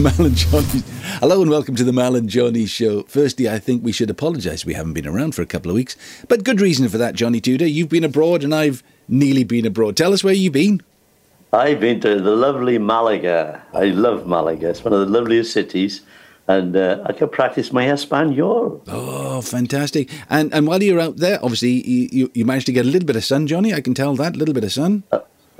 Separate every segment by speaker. Speaker 1: Mal and Johnny. Hello and welcome to the Mal and Johnny Show. Firstly, I think we should apologise. We haven't been around for a couple of weeks, but good reason for that, Johnny Tudor. You've been abroad, and I've nearly been abroad. Tell us where you've been.
Speaker 2: I've been to the lovely Malaga. I love Malaga. It's one of the loveliest cities, and uh, I can practice my Espanol.
Speaker 1: Oh, fantastic! And and while you're out there, obviously you, you, you managed to get a little bit of sun, Johnny. I can tell that a little bit of sun.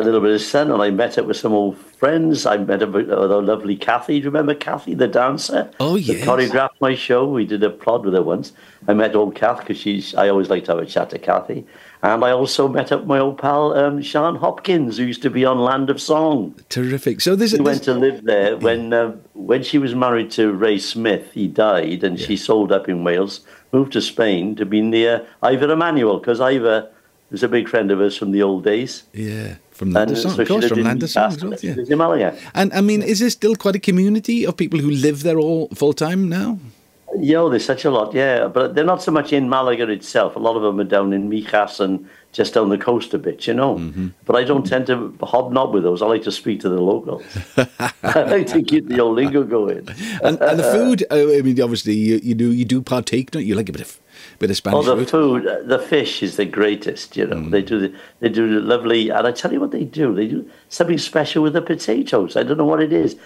Speaker 2: A little bit of sun, and I met up with some old friends. I met up with uh, the lovely Kathy. Do you remember Kathy, the dancer?
Speaker 1: Oh,
Speaker 2: yeah.
Speaker 1: yes.
Speaker 2: choreographed my show. We did a plod with her once. I met old Kath because she's. I always like to have a chat to Kathy, and I also met up my old pal um, Sean Hopkins, who used to be on Land of Song.
Speaker 1: Terrific. So there's a
Speaker 2: She
Speaker 1: there's-
Speaker 2: went to live there when uh, when she was married to Ray Smith. He died, and she sold up in Wales, moved to Spain to be near Ivor Emanuel because Ivor was a big friend of hers from the old days.
Speaker 1: yeah from Land of
Speaker 2: uh,
Speaker 1: Song,
Speaker 2: so
Speaker 1: of
Speaker 2: she
Speaker 1: course,
Speaker 2: lived
Speaker 1: from
Speaker 2: in
Speaker 1: Land of Song. as
Speaker 2: Basque,
Speaker 1: well,
Speaker 2: she
Speaker 1: yeah.
Speaker 2: lives in Malaga.
Speaker 1: And I mean, is there still quite a community of people who live there all full time now?
Speaker 2: Yo, oh, there's such a lot, yeah. But they're not so much in Malaga itself. A lot of them are down in Mijas and just down the coast a bit, you know.
Speaker 1: Mm-hmm.
Speaker 2: But I don't tend to hobnob with those. I like to speak to the locals. I like to keep the old lingo going.
Speaker 1: And, and the food, uh, I mean, obviously you, you do you do partake, don't you? You Like a bit of bit of
Speaker 2: Oh,
Speaker 1: Spanish Mm.
Speaker 2: the
Speaker 1: food.
Speaker 2: food, uh, the fish is the greatest. You know, they do the, they do the lovely, and I tell you what they do. They do something special with the potatoes. I don't know what it is.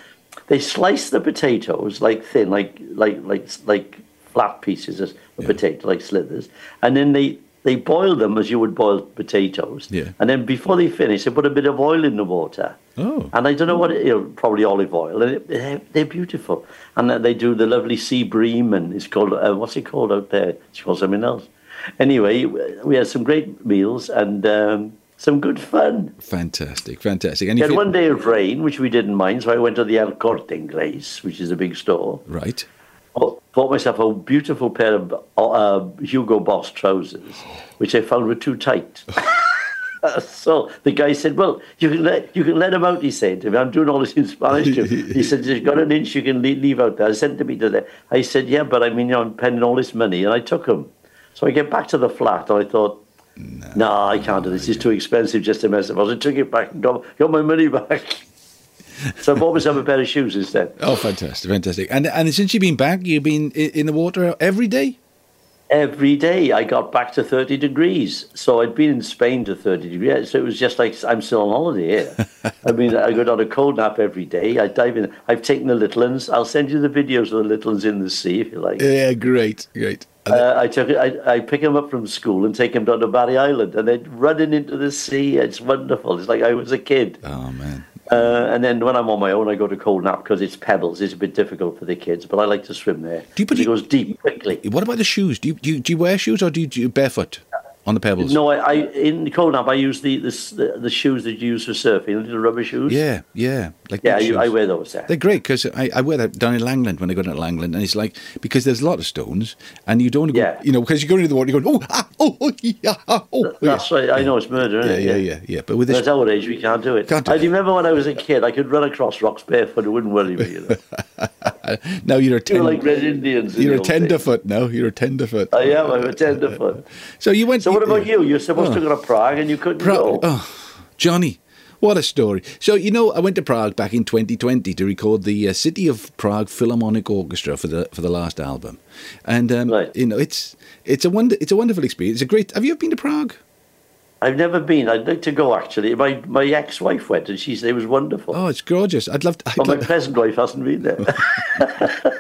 Speaker 2: They slice the potatoes like thin, like like like like flat pieces of a potato, like slithers, and then they they boil them as you would boil potatoes.
Speaker 1: Yeah.
Speaker 2: And then before they finish, they put a bit of oil in the water.
Speaker 1: Oh.
Speaker 2: And I don't know what, it, you know, probably olive oil. And it, they're, they're beautiful. And then they do the lovely sea bream, and it's called, uh, what's it called out there? It's called something else. Anyway, we had some great meals and um, some good fun.
Speaker 1: Fantastic, fantastic. And
Speaker 2: We
Speaker 1: you
Speaker 2: had
Speaker 1: feel-
Speaker 2: one day of rain, which we didn't mind, so I went to the El Corte Inglés, which is a big store.
Speaker 1: right?
Speaker 2: Bought bought myself a beautiful pair of uh, Hugo Boss trousers, which I found were too tight. so the guy said, "Well, you can let you can let them out." He said, to me, "I'm doing all this in Spanish." To him. he said, "You've got an inch, you can leave, leave out there." I sent them to there. I said, "Yeah, but I mean, you know, I'm spending all this money," and I took them. So I get back to the flat, and I thought. No, I can't do this. It's too expensive just to mess about. I took it back and got, got my money back. so I bought myself a pair of shoes instead.
Speaker 1: Oh, fantastic, fantastic. And and since you've been back, you've been in, in the water every day.
Speaker 2: every day I got back to 30 degrees. So I'd been in Spain to 30 degrees. So it was just like I'm still on holiday here. I mean, I go down a cold nap every day. I dive in. I've taken the little ones. I'll send you the videos of the little ones in the sea if you like.
Speaker 1: Yeah, great, great. And
Speaker 2: Uh, I took I, I pick them up from school and take them down to Barry Island, and they're running into the sea. It's wonderful. It's like I was a kid.
Speaker 1: then- oh man,
Speaker 2: Uh, and then when I'm on my own, I go to cold nap because it's pebbles. It's a bit difficult for the kids, but I like to swim there.
Speaker 1: Do you put
Speaker 2: it
Speaker 1: your-
Speaker 2: goes deep quickly.
Speaker 1: what about the shoes? Do you do you, do you wear shoes or do you, do you barefoot on the pebbles?
Speaker 2: No, I, I in Colnab I use the, the s- the the shoes that you use for surfing, the little rubber shoes.
Speaker 1: Yeah, yeah, like
Speaker 2: yeah,
Speaker 1: big
Speaker 2: I,
Speaker 1: shoes.
Speaker 2: I wear those. Yeah.
Speaker 1: They're great because I, I wear that down in Langland when I go down to Langland, and it's like because there's a lot of stones, and you don't want to go,
Speaker 2: Yeah.
Speaker 1: you know, because you go into the water, you go, oh, ah, oh, oh, yeah, ah, oh, oh, yeah.
Speaker 2: That's right. I know it's murder.
Speaker 1: yeah,
Speaker 2: Isn't
Speaker 1: yeah,
Speaker 2: it?
Speaker 1: yeah, yeah. But with this,
Speaker 2: At our age, we can't do it.
Speaker 1: Can't do
Speaker 2: I
Speaker 1: it.
Speaker 2: remember when I was a kid, I could run across rocks barefoot. It wouldn't worry me. You know?
Speaker 1: now you're a
Speaker 2: we
Speaker 1: ten,
Speaker 2: were like red Indians. in
Speaker 1: you're
Speaker 2: the
Speaker 1: a
Speaker 2: old days.
Speaker 1: tenderfoot now. You're a tenderfoot.
Speaker 2: I am. I'm a tenderfoot.
Speaker 1: So you went.
Speaker 2: So what about you? You're supposed to go to Prague and you couldn't
Speaker 1: Prague.
Speaker 2: go.
Speaker 1: Oh, Johnny, what a story. So, you know, I went to Prague back in 2020 to record the uh, City of Prague Philharmonic Orchestra for the for the last album. And um,
Speaker 2: Right.
Speaker 1: you know, it's it's a wonder it's a wonderful experience. It's a great Have you ever been to Prague?
Speaker 2: I've never been. I'd like to go actually. My my ex-wife went and she said it was wonderful.
Speaker 1: Oh, it's gorgeous. I'd love to, I'd
Speaker 2: but Oh my
Speaker 1: love
Speaker 2: present wife hasn't been there.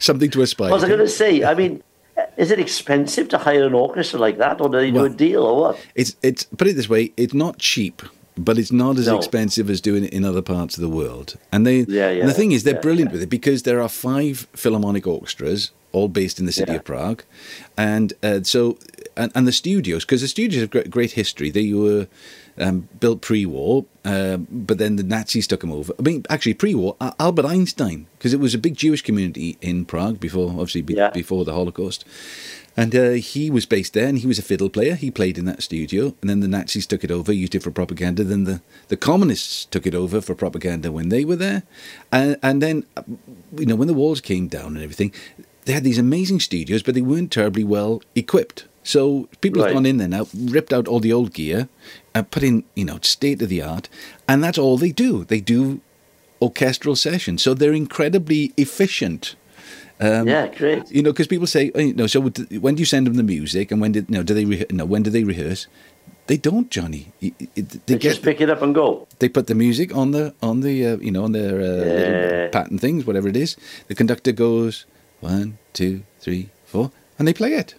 Speaker 1: something to aspire
Speaker 2: What was I
Speaker 1: to.
Speaker 2: going to say? I mean, eh, is it expensive to hire an orchestra like that, or do they do
Speaker 1: Well-
Speaker 2: a deal, or what?
Speaker 1: It's it's put it this way, it's not cheap. But it's not as
Speaker 2: No.
Speaker 1: expensive as doing it in other parts of the world. And they,
Speaker 2: Yeah, yeah,
Speaker 1: and the thing is, they're
Speaker 2: yeah,
Speaker 1: brilliant with it because there are five philharmonic orchestras, all based in the city
Speaker 2: Yeah.
Speaker 1: of Prague, and uh, so and, and the studios because the studios have great, great history. They were um, built pre-war, um, but then the Nazis took them over. I mean, actually, pre-war Al- Albert Einstein because it was a big Jewish community in Prague before, obviously, be,
Speaker 2: Yeah.
Speaker 1: before the Holocaust. And uh, he was based there, and he was a fiddle player. He played in that studio, and then the Nazis took it over, used it for propaganda. Then the, the communists took it over for propaganda when they were there, and and then uh, you know when the walls came down and everything, they had these amazing studios, but they weren't terribly well equipped. So people have
Speaker 2: Right.
Speaker 1: gone in there now, ripped out all the old gear, uh, put in you know state of the art, and that's all they do. They do orchestral session. So they're incredibly efficient. Um,
Speaker 2: yeah, great.
Speaker 1: You know, because people say, oh, you know, so d- when do you send them the music, and when did no, do they re- no, when do they rehearse? They don't, Johnny. It- it- they
Speaker 2: They
Speaker 1: get
Speaker 2: just pick it up and go.
Speaker 1: they put the music on the on the uh, you know on their uh,
Speaker 2: Yeah.
Speaker 1: little pattern things, whatever it is. The conductor goes one, two, three, four, and they play it.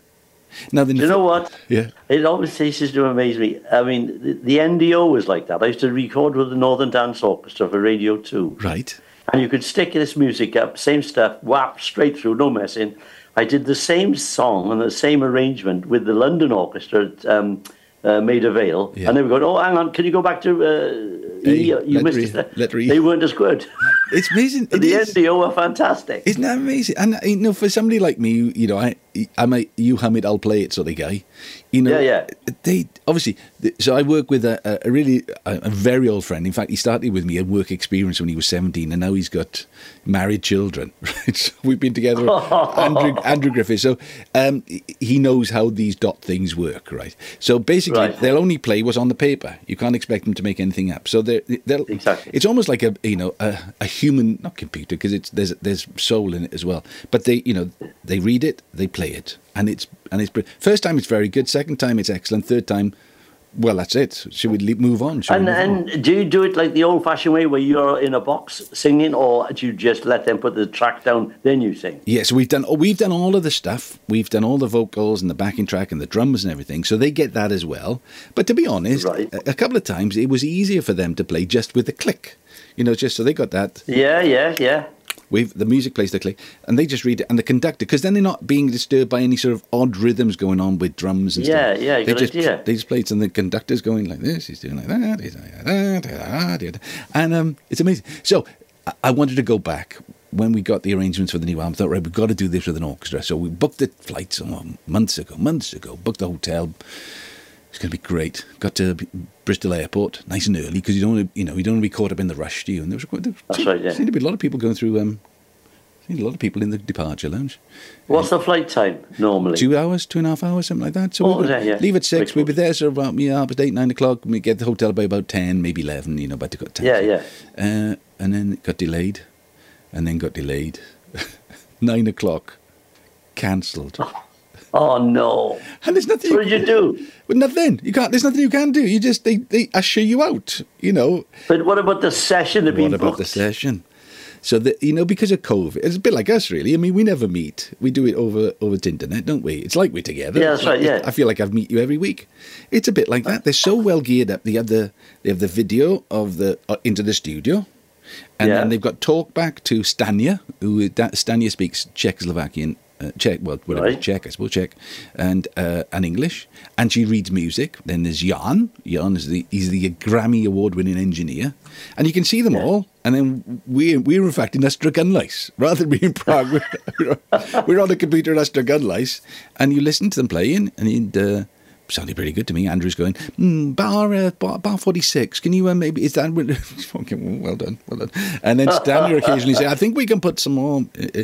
Speaker 1: Now then,
Speaker 2: You know what?
Speaker 1: yeah,
Speaker 2: It always ceases to amaze me. I mean, the, the NDO was like that. I used to record with the Northern Dance Orchestra for Radio 2.
Speaker 1: right,
Speaker 2: And you could stick this music up, same stuff, whap, straight through, no messing. I did the same song and the same arrangement with the London Orchestra at um, uh, Maida Vale.
Speaker 1: Yeah.
Speaker 2: And they were going, oh, hang on, can you go back to... Uh, E?
Speaker 1: Hey,
Speaker 2: you
Speaker 1: let
Speaker 2: missed
Speaker 1: re-
Speaker 2: it there."
Speaker 1: let E. re-
Speaker 2: They weren't as good.
Speaker 1: it's amazing. It
Speaker 2: the
Speaker 1: is.
Speaker 2: NDO were fantastic.
Speaker 1: Isn't that amazing? And you know, for somebody like me, you, you know, I, I'm a you hum it, I'll play it sort of guy. You know,
Speaker 2: Yeah,
Speaker 1: They obviously. th- So I work with a, a- a really a, a very old friend. In fact, he started with me at work experience when he was 17, and now he's got married children. Right? So we've been together, Andrew, Andrew Griffith. So um, he- he knows how these dot things work, right? So basically,
Speaker 2: Right.
Speaker 1: they'll only play what's on the paper. You can't expect them to make anything up. So they're, they'll
Speaker 2: Exactly.
Speaker 1: it's almost like a you know a, a human not computer because it's there's there's soul in it as well but they you know they read it they play it and it's and it's br- first time it's very good second time it's excellent third time well that's it should we le- move on Should we
Speaker 2: And,
Speaker 1: move on?
Speaker 2: and do you do it like the old fashioned way where you're in a box singing, or do you just let them put the track down, then you sing?
Speaker 1: Yes, we've done oh, we've done all of the stuff. We've done all the vocals and the backing track and the drums and everything. So they get that as well. But to be honest,
Speaker 2: Right.
Speaker 1: a, a couple of times it was easier for them to play just with the click. You know, just so they got that
Speaker 2: Yeah, yeah, yeah.
Speaker 1: We've the music plays the click, and they just read it, and the conductor, because then they're not being disturbed by any sort of odd rhythms going on with drums and
Speaker 2: Yeah,
Speaker 1: stuff.
Speaker 2: yeah,
Speaker 1: they
Speaker 2: good
Speaker 1: just
Speaker 2: idea.
Speaker 1: they just play it, and the conductor's going like this, he's doing like that, he's doing like that, da, da, da, da, da. and um, it's amazing. So I, I wanted to go back when we got the arrangements for the new album. I thought, right, we've got to do this with an orchestra. So we booked the flights oh, months ago, months ago, booked the hotel, it's going to be great. Got to B- Bristol Airport nice and early because you don't, wanna, you know, you don't want to be caught up in the rush, do you? And there was quite, there
Speaker 2: That's
Speaker 1: seemed,
Speaker 2: right, yeah.
Speaker 1: seemed to be a lot of people going through. Um, seemed a lot of people in the departure lounge.
Speaker 2: What's the flight time normally?
Speaker 1: Two hours, two and a half hours, something like that. So
Speaker 2: Oh,
Speaker 1: we would
Speaker 2: yeah, yeah.
Speaker 1: leave at six.
Speaker 2: Pretty
Speaker 1: We'd be
Speaker 2: close.
Speaker 1: there so about yeah, half past eight, nine o'clock. We get the hotel by about ten, maybe eleven. You know, about to go.
Speaker 2: Yeah, yeah.
Speaker 1: Uh, and then it got delayed, and then got delayed. nine o'clock, cancelled.
Speaker 2: Oh no!
Speaker 1: And there's nothing.
Speaker 2: What did you do?
Speaker 1: But nothing. You can't. There's nothing you can do. You just they they usher you out. You know.
Speaker 2: But what about the session that
Speaker 1: What
Speaker 2: being
Speaker 1: about
Speaker 2: booked?
Speaker 1: the session? So that you know, because of COVID, it's a bit like us, really. I mean, we never meet. We do it over over the internet, don't we? It's like we're together.
Speaker 2: Yeah, that's
Speaker 1: It's like-
Speaker 2: right, yeah.
Speaker 1: I feel like I've meet you every week. It's a bit like that. They're so well geared up. They have the they have the video of the uh, into the studio, and
Speaker 2: Yeah.
Speaker 1: then they've got talk back to Stania, who is- that Stania speaks Czechoslovakian, uh, Czech, well, whatever,
Speaker 2: Right.
Speaker 1: Czech, I suppose, Czech, and uh, and English, and she reads music. Then there's Jan. Jan is the he's the Grammy award-winning engineer, and you can see them all. And then we we're in fact in Astragunlice rather than being in Prague. We're, we're on a computer in Astragunlice, and you listen to them playing, and it uh, sounded pretty good to me. Andrew's going mm, bar, uh, bar bar forty six. Can you uh, maybe is that okay, well done, well done. And then Stanley occasionally say, I think we can put some more. uh, uh,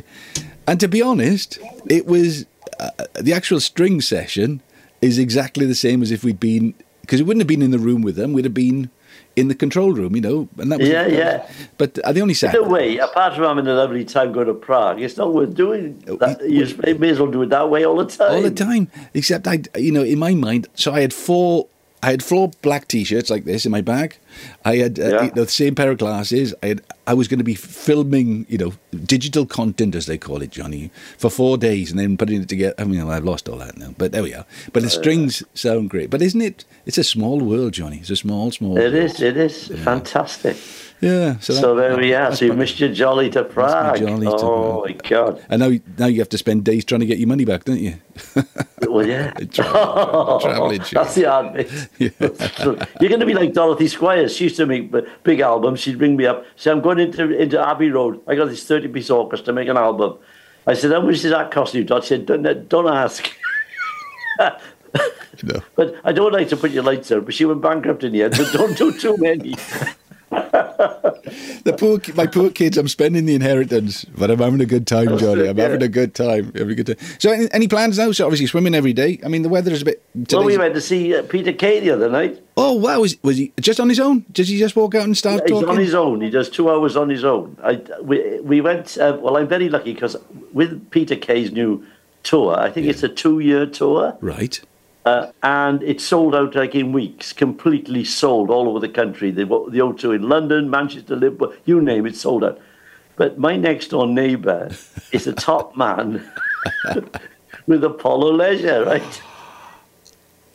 Speaker 1: and to be honest, it was uh, the actual string session is exactly the same as if we'd been because we wouldn't have been in the room with them. We'd have been in the control room, you know. And that was
Speaker 2: Yeah,
Speaker 1: that was-
Speaker 2: yeah.
Speaker 1: But uh, the only sad
Speaker 2: No way. Apart from having a lovely time going to Prague, it's not worth doing. That. You just may- may as well do it that way all the time.
Speaker 1: Oh, all the time. Except I, you know, in my mind, so I had four. I had four black T-shirts like this in my bag. I had uh,
Speaker 2: Yeah.
Speaker 1: you know, the same pair of glasses. I had, I was going to be filming, you know, digital content as they call it, Johnny, for four days, and then putting it together. I mean, I've lost all that now, but there we are. But
Speaker 2: Oh,
Speaker 1: the strings sound great. But isn't it? It's a small world, Johnny. It's a small, small.
Speaker 2: It
Speaker 1: world.
Speaker 2: is. It is fantastic.
Speaker 1: Yeah. So,
Speaker 2: So
Speaker 1: that-
Speaker 2: there we are.
Speaker 1: that's
Speaker 2: So you
Speaker 1: probably-
Speaker 2: missed your jolly to Prague.
Speaker 1: jolly to
Speaker 2: oh my God.
Speaker 1: And now, now you have to spend days trying to get your money back, don't you?
Speaker 2: Well, yeah. Oh,
Speaker 1: travel- travel insurance.
Speaker 2: That's the hard bit. You're going to be like Dorothy Squires. She used to make b- big albums. She'd ring me up, say, I'm going into, into Abbey Road. I got this 30 piece orchestra to make an album. I said, How much does that cost you, Dot? She said, Don't, don't ask.
Speaker 1: no.
Speaker 2: But I don't like to put your lights out, but she went bankrupt in the end. So don't do too many.
Speaker 1: The poor, ki- my poor kids. I'm spending the inheritance, but I'm having a good time, Johnny. I'm
Speaker 2: Oh, yeah.
Speaker 1: having a good time. Having a good time. So, any, any plans now? So, obviously, swimming every day. I mean, the weather is a bit.
Speaker 2: well, we
Speaker 1: today's-
Speaker 2: went to see uh, Peter Kay the other night.
Speaker 1: Oh wow! Was, was he just on his own? Did he just walk out and start
Speaker 2: He's
Speaker 1: talking?
Speaker 2: on his own. He does two hours on his own. I, we, we went, uh, well, I'm very lucky because with Peter Kay's new tour, I think it's a two year tour,
Speaker 1: Right.
Speaker 2: uh, and it sold out like in weeks, completely sold all over the country. The, the O2 in London, Manchester, Liverpool, you name it, sold out. But my next door neighbor is a top man with Apollo Leisure, right?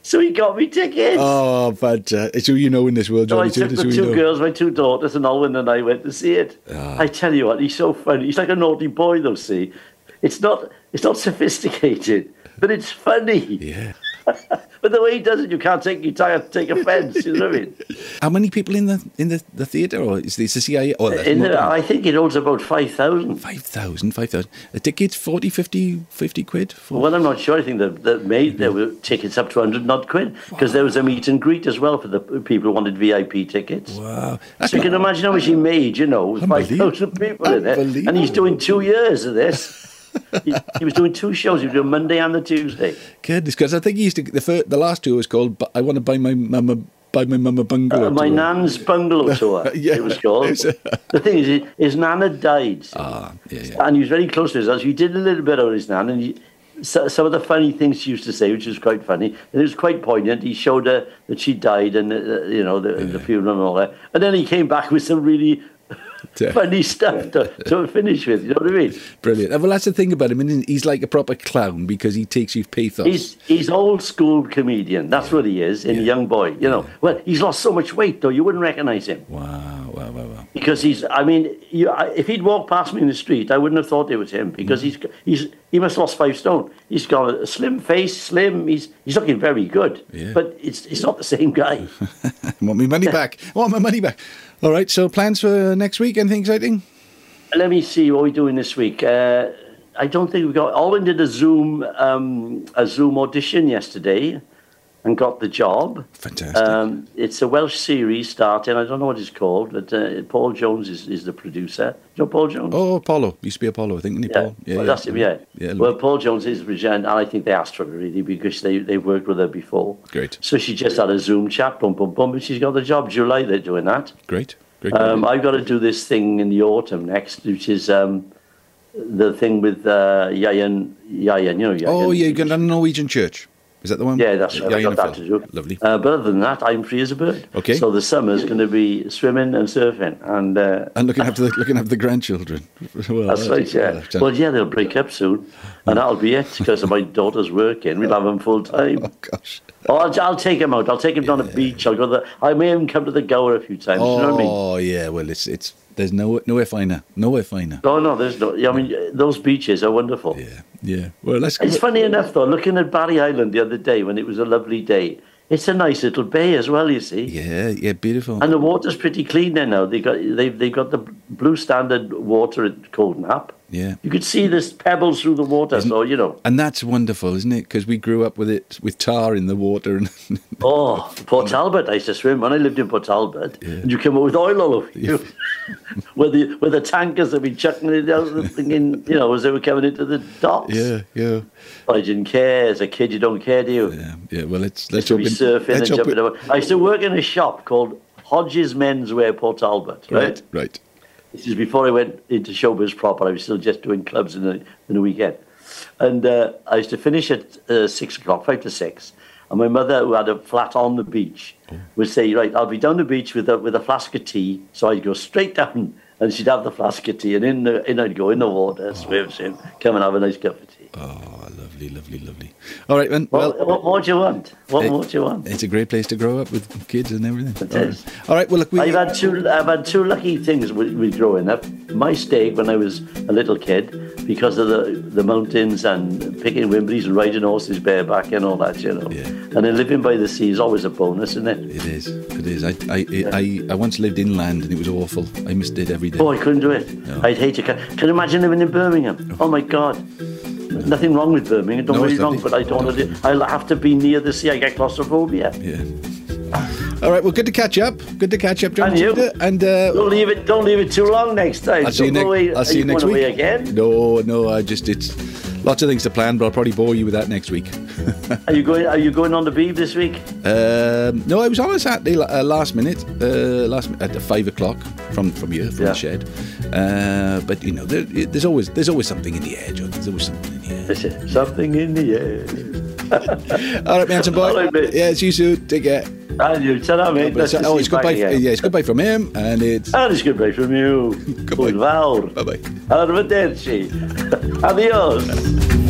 Speaker 2: So he got me tickets.
Speaker 1: Oh, but uh, it's who you know in this world,
Speaker 2: So I
Speaker 1: Johnny. too,
Speaker 2: took
Speaker 1: it's
Speaker 2: the
Speaker 1: who you
Speaker 2: two
Speaker 1: know. Ah.
Speaker 2: girls, my two daughters, and Alwyn and I went to see it. I tell you what, he's so funny. He's like a naughty boy, though. See, it's not it's not sophisticated, but it's funny.
Speaker 1: Yeah.
Speaker 2: But the way he does it, you can't take you can't take offence. you know what I mean?
Speaker 1: How many people in the in the, the theatre, or is this the CIA? Or
Speaker 2: In there, I think it holds about five thousand.
Speaker 1: 5,000, 5,000. A ticket, 40, 50, 50 quid? For,
Speaker 2: Well, I'm not sure. I think that that
Speaker 1: Mm-hmm.
Speaker 2: made there were tickets up to hundred odd quid because there was a meet and greet as well for the people who wanted VIP tickets.
Speaker 1: wow. That's
Speaker 2: So you can
Speaker 1: not-
Speaker 2: imagine how much he made, you know, with
Speaker 1: Unbelievable.
Speaker 2: 5,000 people in it. And he's
Speaker 1: Unbelievable.
Speaker 2: doing two years of this. he, he was doing two shows. He was doing Monday and the Tuesday.
Speaker 1: Goodness, because I think he used to, the, first, the last tour was called Bu- I Want to Buy My Mama, buy my mama Bungalow.
Speaker 2: Uh, my
Speaker 1: Tour.
Speaker 2: nan's bungalow tour,
Speaker 1: Yeah.
Speaker 2: it was called.
Speaker 1: It's a-
Speaker 2: the thing is, his- his nan had died.
Speaker 1: Ah, yeah, yeah.
Speaker 2: and he was very close to his house. He did a little bit on his nan, and he, so, some of the funny things she used to say, which was quite funny, and it was quite poignant. He showed her that she died, and uh, you know, the, the funeral and all that. And then he came back with some really
Speaker 1: Yeah.
Speaker 2: funny stuff to, to finish with. You know what I mean?
Speaker 1: Brilliant. Well, that's the thing about him. isn't he? He's like a proper clown because he takes you pathos.
Speaker 2: He's he's old school comedian. That's what he is in a young boy. You know. Well, he's lost so much weight though. You wouldn't recognize him
Speaker 1: wow, wow, wow, wow.
Speaker 2: because he's. I mean, you, I, if he'd walked past me in the street, I wouldn't have thought it was him because he's he's he must have lost five stone. He's got a slim face, slim. He's he's looking very good.
Speaker 1: Yeah.
Speaker 2: But it's it's not the same guy.
Speaker 1: I want my money back. I want my money back. All right, so plans for next week? Anything exciting?
Speaker 2: Let me see what we're doing this week. Uh, I don't think we got. Alwyn did a Zoom um, a Zoom audition yesterday, and got the job.
Speaker 1: Fantastic.
Speaker 2: Um, it's a Welsh series starting. I don't know what it's called, but uh, Paul Jones is, is the producer. Do you know Paul Jones?
Speaker 1: oh, Apollo. Used to be Apollo, I think, didn't he, Paul?
Speaker 2: well, That's him, yeah.
Speaker 1: Yeah,
Speaker 2: well,
Speaker 1: look.
Speaker 2: Paul Jones is the producer, and I think they asked her really because they, they worked with her before.
Speaker 1: Great.
Speaker 2: So she just had a Zoom chat, boom, boom, boom, and she's got the job. July, they're doing that.
Speaker 1: great. Great.
Speaker 2: Um, I've got to do this thing in the autumn next, which is um, the thing with uh, Yayan. Yayan, you know Yayan.
Speaker 1: oh, yeah, you're going to Norwegian church. Is that the one?
Speaker 2: Yeah, that's right.
Speaker 1: Yeah,
Speaker 2: I've
Speaker 1: you're
Speaker 2: got
Speaker 1: gonna
Speaker 2: that
Speaker 1: fill.
Speaker 2: to do.
Speaker 1: Lovely.
Speaker 2: Uh, but other than that, I'm free as a bird.
Speaker 1: Okay.
Speaker 2: So the summer's going to be swimming and surfing, and uh,
Speaker 1: and looking after the, looking after the grandchildren. well,
Speaker 2: that's right. Yeah.
Speaker 1: that's-
Speaker 2: Well, yeah, they'll break up soon, and that'll be it because my daughter's working. We'll have them full time.
Speaker 1: Oh gosh.
Speaker 2: Oh, I'll, I'll take him out. I'll take him down the beach. I'll go. To the, I may even come to the Gower a few times. You know what I mean?
Speaker 1: Oh yeah. Well, it's it's there's no nowhere finer. Nowhere finer.
Speaker 2: No, Oh, no, there's no. I mean, those beaches are wonderful.
Speaker 1: Yeah. Yeah. Well, let's.
Speaker 2: It's funny enough, though, looking at Barry Island the other day when it was a lovely day, it's a nice little bay as well, you see.
Speaker 1: Yeah. Yeah. Beautiful.
Speaker 2: And the water's pretty clean there now. They got they've they've got the blue standard water at Coldenhap.
Speaker 1: Yeah.
Speaker 2: You could see this pebbles through the water, so you know.
Speaker 1: And that's wonderful, isn't it? Because we grew up with it with tar in the water and
Speaker 2: Oh, Port Talbot! I used to swim when I lived in Port Talbot, and you come up with oil all over you, where the where the tankers have been chucking it out, the thing in, you know, as they were coming into the docks.
Speaker 1: yeah, yeah,
Speaker 2: I didn't care as a kid. You don't care, do you?
Speaker 1: yeah, yeah. Well, let's let's
Speaker 2: to be
Speaker 1: hope it-
Speaker 2: surfing and
Speaker 1: let's hope
Speaker 2: jumping
Speaker 1: it-
Speaker 2: over. I used to work in a shop called Hodges Menswear, Port Talbot, right?
Speaker 1: Right, right.
Speaker 2: This is before I went into showbiz proper. I was still just doing clubs in the, in the weekend. And uh, I used to finish at uh, six o'clock, five to six. And my mother, who had a flat on the beach, would say, Right, I'll be down the beach with a, with a flask of tea. So I'd go straight down and she'd have the flask of tea. And in, the, in I'd go in the water, swim, swim, come and have a nice cup of tea.
Speaker 1: Oh, lovely, lovely, lovely. All right, then. Well,
Speaker 2: What, what more do you want? What
Speaker 1: it-
Speaker 2: more do you want?
Speaker 1: it's a great place to grow up with kids and everything.
Speaker 2: It
Speaker 1: All right.
Speaker 2: is.
Speaker 1: All right. Well, look, we
Speaker 2: I've had two. I've had two lucky things with, with growing up. My steak when I was a little kid, because of the the mountains and picking wimbles and riding horses bareback and all that, you know.
Speaker 1: Yeah.
Speaker 2: And then living by the sea is always a bonus, isn't it?
Speaker 1: It is. It is. I, I, I, I once lived inland and it was awful. I missed it every day.
Speaker 2: Oh, I couldn't do it. I'd hate to. Can, can you imagine living in Birmingham? Oh my God. Nothing wrong with Birmingham. Don't
Speaker 1: No,
Speaker 2: get me
Speaker 1: it's
Speaker 2: wrong,
Speaker 1: lovely.
Speaker 2: but I don't want to. Do, I'll have to be near the sea. I get claustrophobia.
Speaker 1: Yeah. All right. Well, good to catch up. Good to catch up, John.
Speaker 2: And you.
Speaker 1: And uh,
Speaker 2: Don't leave it. Don't leave it too long next time.
Speaker 1: I'll see you,
Speaker 2: Don't go
Speaker 1: next.
Speaker 2: away-
Speaker 1: I'll see you
Speaker 2: going
Speaker 1: next
Speaker 2: away
Speaker 1: week.
Speaker 2: again.
Speaker 1: No, no. I just it's lots of things to plan, but I'll probably bore you with that next week.
Speaker 2: Are you going? Are you going on the beeb this week?
Speaker 1: Um, no, I was on a Saturday la- uh, last minute, uh, last mi- at five o'clock from from here from
Speaker 2: Yeah.
Speaker 1: the shed. Uh, but you know, there, it, there's always there's always something in the air, John. There's always something in the air.
Speaker 2: This is something in the air.
Speaker 1: All right, Manson boy.
Speaker 2: All right, mate.
Speaker 1: Yeah, see you soon. Take care.
Speaker 2: And you said, I mean,
Speaker 1: But it's- oh, it's goodbye.
Speaker 2: Yeah,
Speaker 1: Yeah, it's goodbye from him, and it's
Speaker 2: And it's goodbye from you.
Speaker 1: Goodbye.
Speaker 2: Good vow.
Speaker 1: bye bye.
Speaker 2: Arrivederci. Adios.